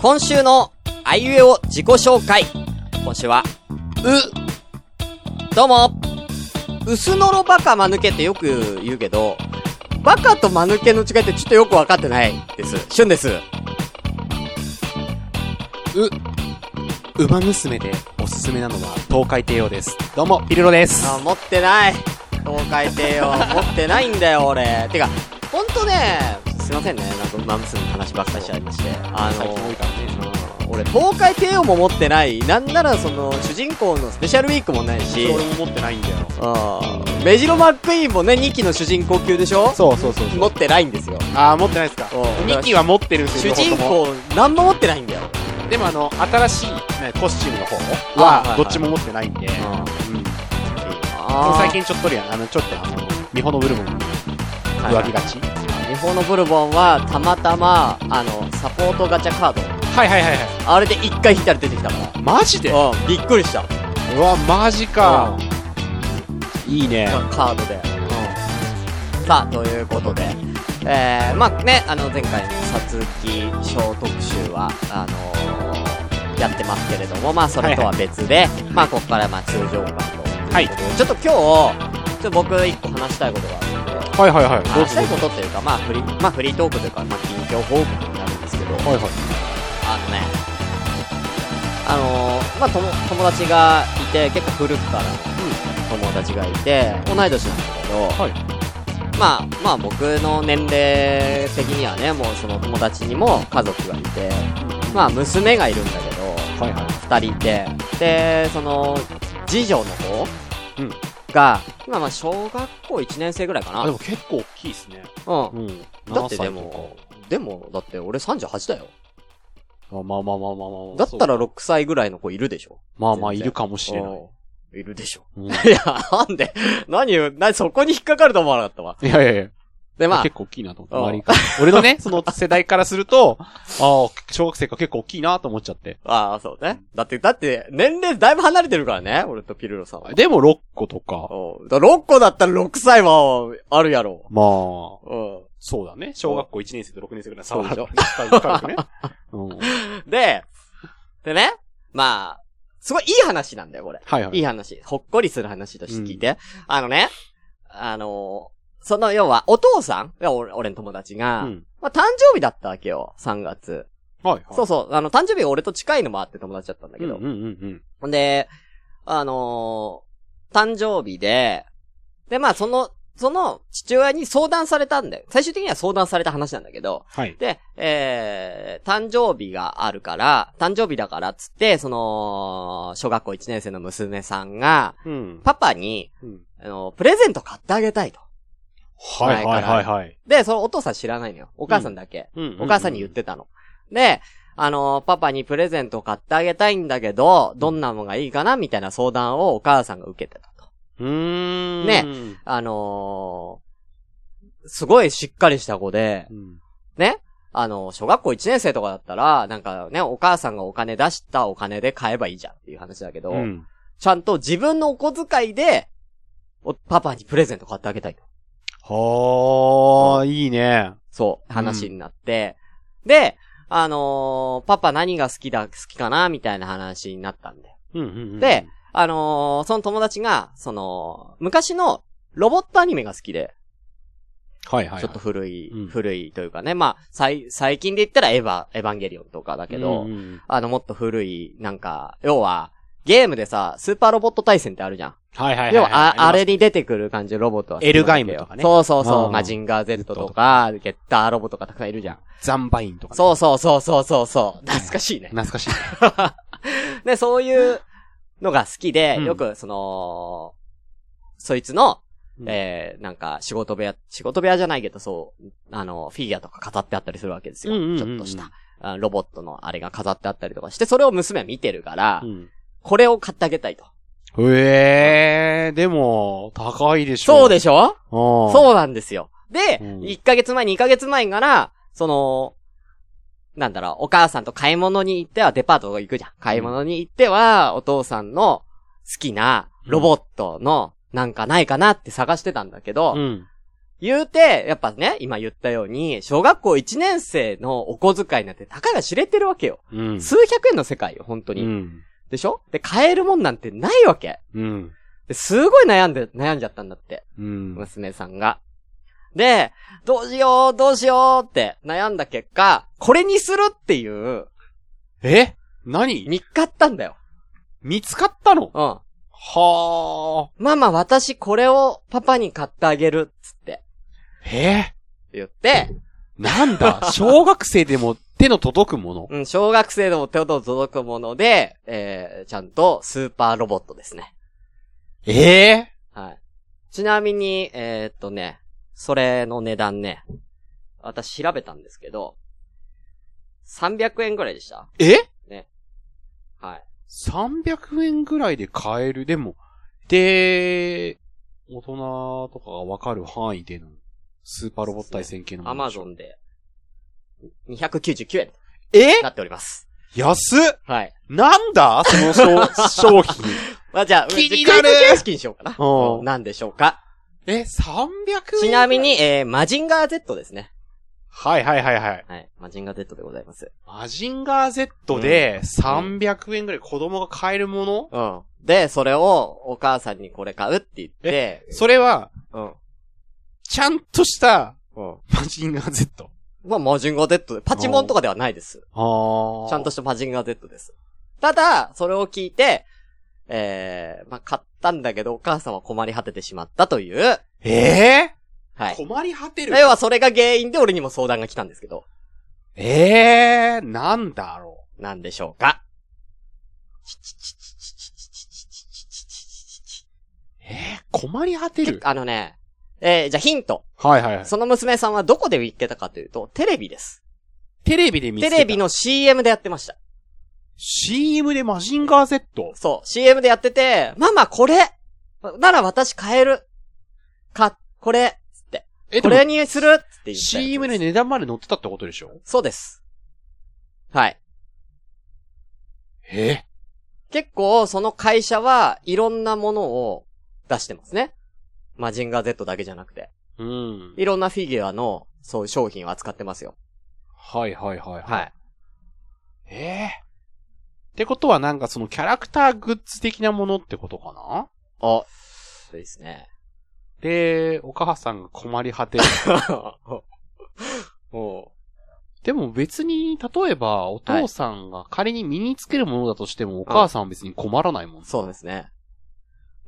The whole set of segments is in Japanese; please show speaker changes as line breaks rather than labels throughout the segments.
今週のあいうえを自己紹介。今週は、う。どうも。薄のろバカ間抜けってよく言うけど、バカと間抜けの違いってちょっとよくわかってないです。旬です。
ウマ娘でおすすめなのは東海帝王です。どうも、ピルロです。
あ、持ってない。東海 帝王、持ってないんだよ、俺。てか、ほんとね、すいませんね。なんか、馬娘の話ばっかりしちゃいまして。あ
最
の
近多いからね。
俺、東海帝王も持ってない。なんなら、その、主人公のスペシャルウィークもないし、
俺も持ってないんだよ。
うんメジロマックイーンもね、2期の主人公級でしょ
そうそうそうそう。
持ってないんですよ。
あー、持ってないですか。
おう
2期は持ってるんです
主
よ。
人
両方とも。
公、なんも持ってないんだよ。
でもあの、新しい、ね、コスチュームの方
あはいは
は、
い
どっちも持ってないんで。うん。でも
あ
最近ちょっとりや、あの、ちょっとあの、美穂のブルボンに浮気がち。
日本のブルボンは、たまたま、あの、サポートガチャカード。
はいはいはいは
あれで1回引いたら出てきたから。
い。マジで
うん、びっくりした。
うわ、マジか。いいね。
カードで。さあ、ということで、えー、まあね、あの、前回のさつき小特集は、あのーやってますけれども、まあ、それとは別で、まあ、ここから、まあ、通常感と。
はい。
ちょっと今日、ちょっと僕、一個話したいことがあるんで、
はいはいはい。どう
話した
ぞど
いう
ぞ。
ことっていうか、まあ、フリー、まあ、フリートークというか、まあ、近況報告になるんですけど、
はいはい。
あのね、あのーまあ、とも友達がいて、結構古くからの友達がいて、同い年なんだけど、
はい
まあ、まあ僕の年齢的にはね、もうその友達にも家族がいて、まあ娘がいるんだけど、
はいはい。
二人いて、で、その、次女の方
うん
が、今まあ小学校1年生ぐらいか
あ、
な。
でも結構大きいですね。
うん。
ん。
だってでも、でも、だって俺38だよ。
あまあまあまあまあまあまあ。
だったら6歳ぐらいの子いるでしょ。
まあまあ、いるかもしれない。
うんいるでしょ。
うんい
いや、なんで、何を、な、そこに引っかかると思わなかったわ。
やいやいや。
で、まあ、
結構大きいなと思って、
うん
周りから。俺 のね、その世代からすると、ああ、小学生が結構大きいなと思っちゃって。
ああ、そうね。だって、だって、年齢だいぶ離れてるからね、俺とピルロさんは。
でも6個とか、
おうだ6個だったら6歳は、あるやろ。
まあ、
う
そうだね。小学校1年生と6年生ぐらいの差はある
そう
軽く ね。うん。
ん。で、でね、まあ、すごいいい話なんだよ、これ。
はいはい
い
い。
話。ほっこりする話として聞いて。あのね、あのーその、要は、お父さんが俺、俺の友達
う
が、
ん。
まあ、誕生日だったわけよ、3月。
はいはい。
そうそう、あの、誕生日が俺と近いのもあって友達だったんだけ
うん
ど。
うんうん
ほんで、あのー誕生日で、で、まあ、その、その父親に相談されたんだよ。最終的には相談された話なんだけど、
はい。
で、えー、誕生日があるから、誕生日だからっつって、その、小学校1年生の娘さんが、
うん。
パパに、
うん
あの、プレゼント買ってあげたいと。
はいはいはいはい。
で、そのお父さん知らないのよ。お母さんだけ。お母さんに言っ。てたの。で、あの、パパにプレゼント買ってあげたいんだけど、どんなのがいいかなみたいな相談をお母さんが受けてたと。
うーん。
ねあのーすごいしっかりした子で、
うん。
あの、小学校1年生とかだったら、なんかね、お母さんがお金出したお金で買えばいいじゃんっていう話だけど、
うん。
ちゃんと自分のお小遣いで、おパパにプレゼント買ってあげたいと。
はあ、いいね。
そう、話になって、で、あのーパパ何が好きだ、好きかなみたいな話になったんだよ。
うんうんうん。
で、あのーその友達が、その、昔のロボットアニメが好きで、
はいはいはい。
ちょっと古い、
うん
古いというかね、まあ、最、最近で言ったらエヴァ、エヴァンゲリオンとかだけど、
うんうん
あの、もっと古い、なんか、要は、ゲームでさ、スーパーロボット対戦ってあるじゃん。
はいはいはい。
要は、あ、あ
り
れに出てくる感じのロボットは好きな
エルガイ
わけ
ム
よ
とかね
そうそうそうう。
ん
マジンガー Z とか、ゲッターロボとかたくさんいるじゃん。
ます、ザンバインとかね。
そうそうそうそうそうそう。懐かしいね。
懐かしい。
で、そういうのが好きで、
うん
よく、その、そいつの、
うん
えー、なんか、仕事部屋、仕事部屋じゃないけど、そう、あの、フィギュアとか飾ってあったりするわけですよ。
うんうんうんうん
ちょっとした。あロボットのあれが飾ってあったりとかして、それを娘は見てるから、
うん。
これを買ってあげたいと。
ええー、でも、高いでしょ。
そう
す。
でしょ
そ
そうなんですよ。で、
うん
1ヶ月前、2ヶ月前から、その、なんだろう、お母さんと買い物に行っては、デパート行くじゃん。買い物に行っては、お父さんの好きなロボットのなんかないかなって探してたんだけど、
うん。
言うて、やっぱね、今言ったように、小学校1年生のお小遣いなんて、たかが知れてるわけよ。
うん。
数百円の世界よ、本当
う
に。
ん。
でしょで、買えるもんなんてないわけ。
うん。
ですごい悩んで、悩んじゃったんだって。
うん。
娘さんが。で、どうしよう、どうしようって悩んだ結果、これにするっていう、
え何
見っかったんだよ。
見つかったの
うん。
は
ママ、私これをパパに買ってあげる、つって
あ。え
言って、
なんだ小学生でも手の届くもの
うん、小学生でも手元届くもので、えー、ちゃんとスーパーロボットですね。
ええ
はい。ちなみに、えー、っとね、それの値段ね、私調べたんですけど、300円ぐらいでした
え
はい。
?300 円ぐらいで買える。でも、で、大人とかがわかる範囲での、スーパーロボット対戦系の
ア
もの
マ
でしょ
ゾンで、299円と
え
なっております。
安っ
はい。
なんだその 商商品。
まあ、じゃあ、
気になる
クイズ形式にしようかな。
うん
なんでしょうか。
え、300円
ちなみ。に、えー、マジンガー Z ですね。
はいはいはいはい。
はい。マジンガー Z でございます。
マジンガー Z で300円ぐらい子供が買えるもの
うん。で、それをお母さんにこれ買うって言って、
それは、
うん。
ちゃんとした
うん。
マジンガー Z。
まあ、マジンガー Z で、パチモンとかではないです。
あ
ちゃんと。したマジンガー Z です。ただ、それを聞いて、えー、まあ、買ったんだけど、お母さんは困り果ててしまったという、
ええ
はい。
困り果てる。
要はそれが原因で俺にも相談が来たんですけど、
ええなんだろ
なんでしょうか
う。えー、困り果てる。
あのね、えー、じゃあヒント。
はいはいはい。
その娘さんはどこで見つけたかというと、テレビです。
テレビで見つけ
テ
た。
レビ。の CM でやってました。
CM でマジンガー Z。
そう、CM でやってて、ママこれなら私買える。か、これ、つって。
え、
こ
で
れ
も
にするって言ったやつ
CM で値段まで載ってたってことでしょ
そうです。はい。
ええ
結構、その会社はいろんなものを出してますね。マジンガー Z だけじゃなくて。
うん。
いろんなフィギュアの、そういう商品を扱ってますよ。
はいはいはい
は。い。
ええってことはなんかそのキャラクターグッズ的なものってことかな
あ、そうですね。
で、お母さんが困り果 てる。
も
でも別に、例えば、お父さんが仮に身につけるものだとしても、お母さんは別に困らないもん。
う、そうですね。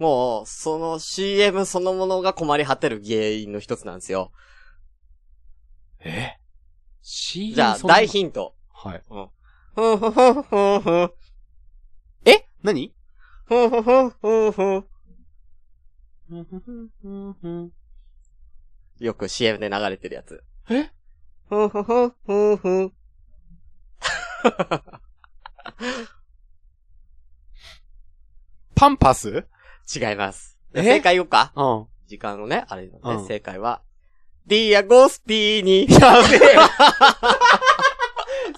もう、その CM そのものが困り果てる原因の一つなんですよ。
え ?CM
じゃあ、
そんなの
大ヒント。
はい。
ふんふんふんふんふん。
え何
ふんふんふんふんふん。よく CM で流れてるやつ。
え
ふんふんふんふんふん。
パンパス
違います。
え
正解言おうか
うん。
時間をね、あれなんで、
うん
正解は、ディアゴスティーニ。
やべえ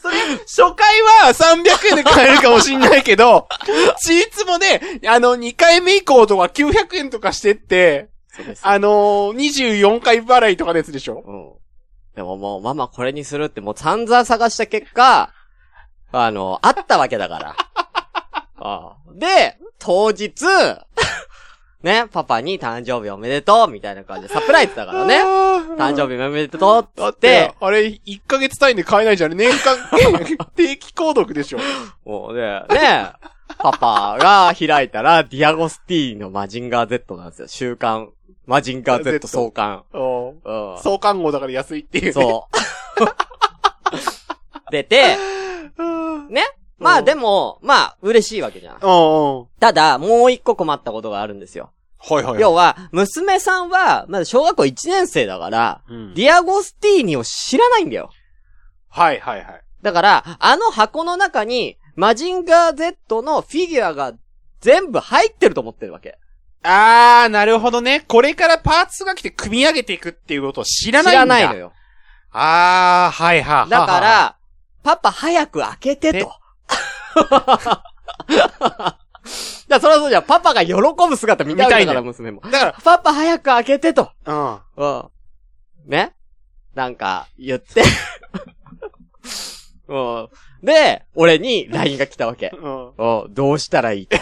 それ、初回は300円で買えるかもしんないけど、 チーツもね、あの、2回目以降とか900円とかしてって、
そうです。
あのー、24回払いとかのやつでしょ
うん。でももう、ママこれにするってもう散々探した結果、あの、あったわけだ から。ああで、当日、ね、パパに誕生日おめでとうみたいな感じで、サプライズだからね。誕生
日
日おめでとうっ
だ
つっ
っ
てて、、
あれ、1ヶ月単位で買えないじゃん。年間、 定期購読でしょ
もうね、ね、 パパが開いたら、ディアゴスティーのマジンガー Z なんですよ。週刊、マジンガー Z 創刊。
うん
うん。
相関号だから安いっていう、ね。
そう。出て、
うん。
ね。まあで
も。
も、まあ、嬉しいわけじゃん。
うんうん。
ただ、もう一個困ったことがあるんですよ。
はいはいはい。
要は、娘さんは、まだ小学校1年生だから、
うん
ディアゴスティーニを知らないんだよ。
はいはいはい。
だから、あの箱の中に、マジンガー Z のフィギュアが全部入ってると思ってるわけ。
あー、なるほどね。これからパーツが来て組み上げていくっていうことを知ら
知
ないんだ。
らないのよ。
あー、はいは
だか、
は
ら、パパ早く開けて
え
と。じゃあ、それはそうじゃん。パパが喜ぶ姿見たいんだ
見
か
たい
ら、
ね
娘も。
はだか
パパ早く開けてと。
ら、うん。
うん。ねなんか、言って。 うん。で、俺に LINE が来たわけ。
うん。
うん、どうしたらいいと。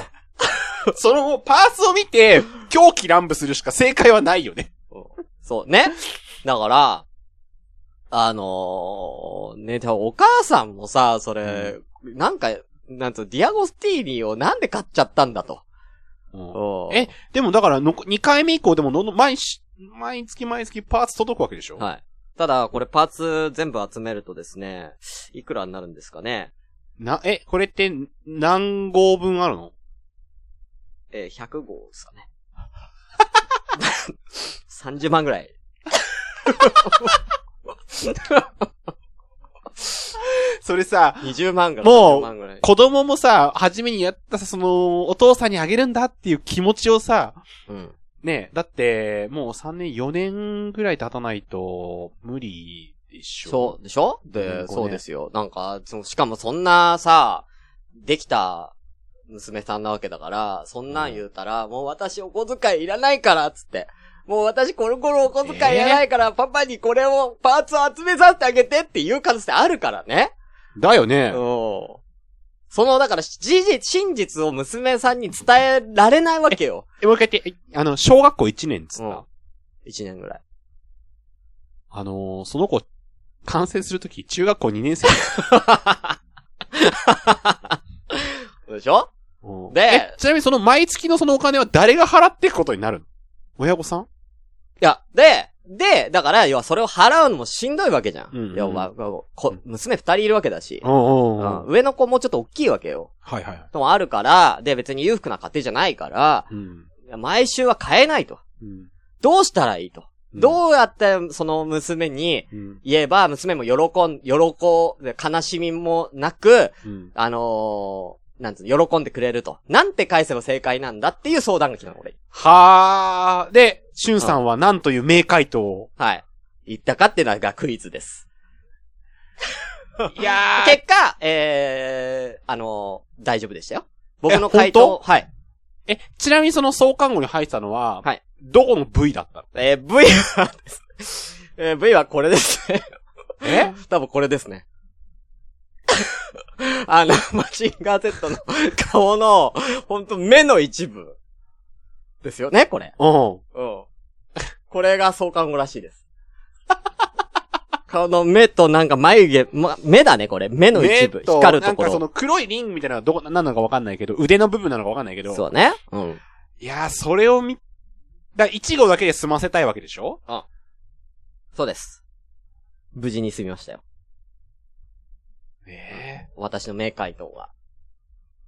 そのパーツを見て、狂気乱舞するしか正解はないよね。
そうね。だから、あのー、ね、多分お母さんもさ、それ、なんか、なんつうのディアゴスティーニをなんで買っちゃったんだと。うん
え、でもだからのこ、2回目以降でもどんどん毎し、毎月毎月パーツ届くわけでしょ
はい。ただ、これパーツ全部集めるとですね、いくらになるんですかね。
な、え、これって何号分あるの
えー、100号ですかね。30万ぐらい。
それさ、
20万ぐらい。
も
30
う
万ぐらい。
子供もさ、初めにやったさ、その、お父さんにあげるんだっていう気持ちをさ、
うん。
ね、だって、もう3年、4年ぐらい経たないと、無理でしょ
そう、でしょ
う
で、
んこうね
そうですよ。なんか、そのしかもそんなさ、できた娘さんなわけだから、そんなん言うたら、もう私お小遣いいらないから、つって。もう私この頃お小遣いいらないから、パパにこれを、パーツを集めさせてあげてっていう可能性あるからね。
だよね。
その、だから、事実、真実を娘さんに伝えられないわけよ。
えもう一回言って、えあの、小学校1年っつった。
うん一年ぐらい。
あのーその子、完成するとき、中学校2年生。
そうでしょ
うん
で
えちなみにその毎月のそのお金は誰が払っていくことになるの親御さん
いや、で、で、だから、要はそれを払うのもしんどいわけじゃん。
うんうんうん
要は、こ娘二人いるわけだし、
ん
う
うんん。
上の子もちょっと大きいわけよ。
はいはい。
ともあるから、で、別に裕福な家庭じゃないから、
うん。
毎週は買えないと。
うん。
どうしたらいいと。どうやって、その娘に、
うん。
言えば、娘も喜ん、喜ん、悲しみもなく、
うん。
あのー、なんつうの、喜んでくれると。なんて返せば正解なんだっていう相談が来たの、俺。
はー。で、しゅんさんは何という名回答を
はい。言ったかっていうのがクイズです。
い やー。
結果、えー、あのー大丈夫でしたよ。僕の
え
回答、
本
はい。
え、ちなみにその創刊号に入ってたのは、
はい
どこの部位だったの
えー V はです。えー V はこれですね。
え
多分これですね。 あの、マシンガー Z の顔の、ほんと目の一部。ですよね、これ。
うん。
うん。これが相関語らしいです。顔の目となんか眉毛、ま、目だね、これ。目の一部。
目と
光るとこ
なんかそ
ろ。
の黒いリングみたいなのがどこ、なんなのかわかんないけど、腕の部分なのかわかんないけど。
そうね。うん。
いやー、それを見、だから1号だけで済ませたいわけでしょ
そうです。無事に済みましたよ。
え
私の名回答が。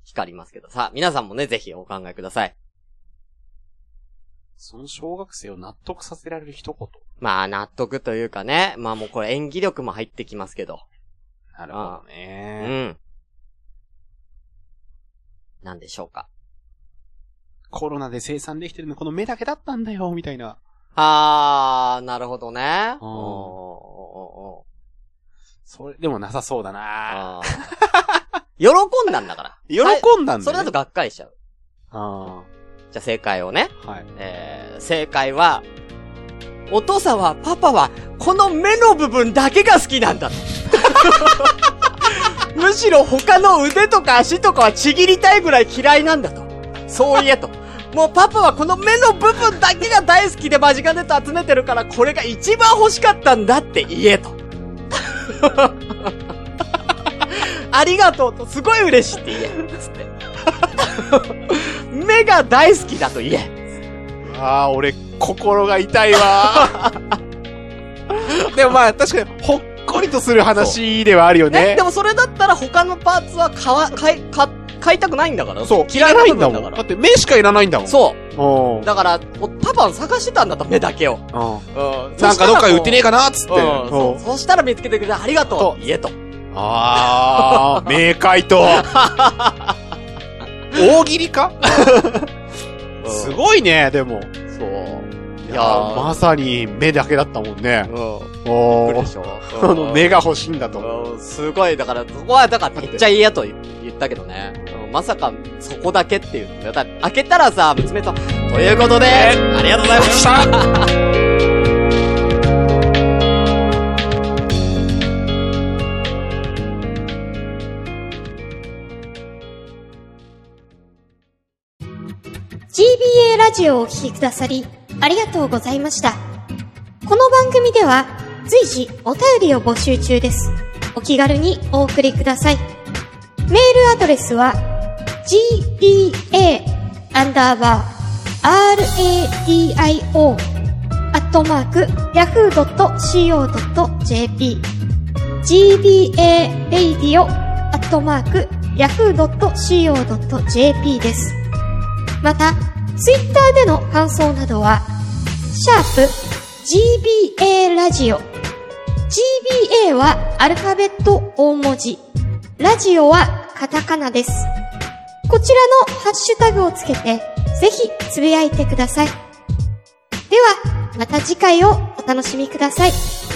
光りますけど。さあ、皆さんもね、ぜひお考えください。
その小学生を納得させられる一言。
まあ、納得というかね。まあもうこれ演技力も入ってきますけど。
なる
ほどう
ね。
ん。なんでしょうか。
コロナで生産できてるのこの目だけだったんだよ、みたいな。
あー、なるほどね。
うん
おーおーおーおー
それでもなさそうだな
あー 喜んだんだから。
喜んだんだ、ね、
それだとがっかりしちゃう。
あ
じゃあ正解をね。
ーはい。
えー、正解は、お父さんは、パパは、この目の部分だけが好きなんだと。 むしろ他の腕とか足とかはちぎりたいぐらい嫌いなんだと。そう言えと。もうパパはこの目の部分だけが大好きで間近でと集めてるから、これが一番欲しかったんだって言えと。 ありがとうと、すごい嬉しいって言え。つって。 目が大好きだと言え。
あー、俺、心が痛いわー。 でもまあ、確かに、ほっこりとする話ではあるよ
ね、
ね
で。もそれだったら他のパーツは買わ、買い、買、買いたくないんだから。
そう、いらないんだもん。だ
か
って目しかいらないんだも
ら。
ん。
そう。
う。うん。
だから、おパパは探してたんだと、目だけを。
うん。なんかどっかで売ってねえかなっつって。
うん、そう。そしたら見つけてくれてありがと。
そう
言えと。
あー、名回 答。大喜利かす
い。
ごいね、でも。
そう。
い
やー
まさに目だけだったもんね。
うん。
お
来るで
ー。
しょ。
あの、目が欲しいんだと思う。
うん。すごい、だから、そこは、だから、めっちゃ嫌と言ったけどね。うんまさか、そこだけっていうの。だって開けたらさ、娘と、ということで、ありがとうございました。
系ラジオをお聴きくださり、ありがとうございました。この番組では、随時お便りを募集中です。お気軽にお送りください。メールアドレスは、gba, アンダーバー、radio, アットマーク、yahoo.co.jp gba-radio-yahoo.co.jp です。また、ツイッターでの感想などは、シャープ gba ラジオ gba はアルファベット大文字。ラジオはカタカナです。こちらのハッシュタグをつけて、ぜひつぶやいてください。では、また次回をお楽しみください。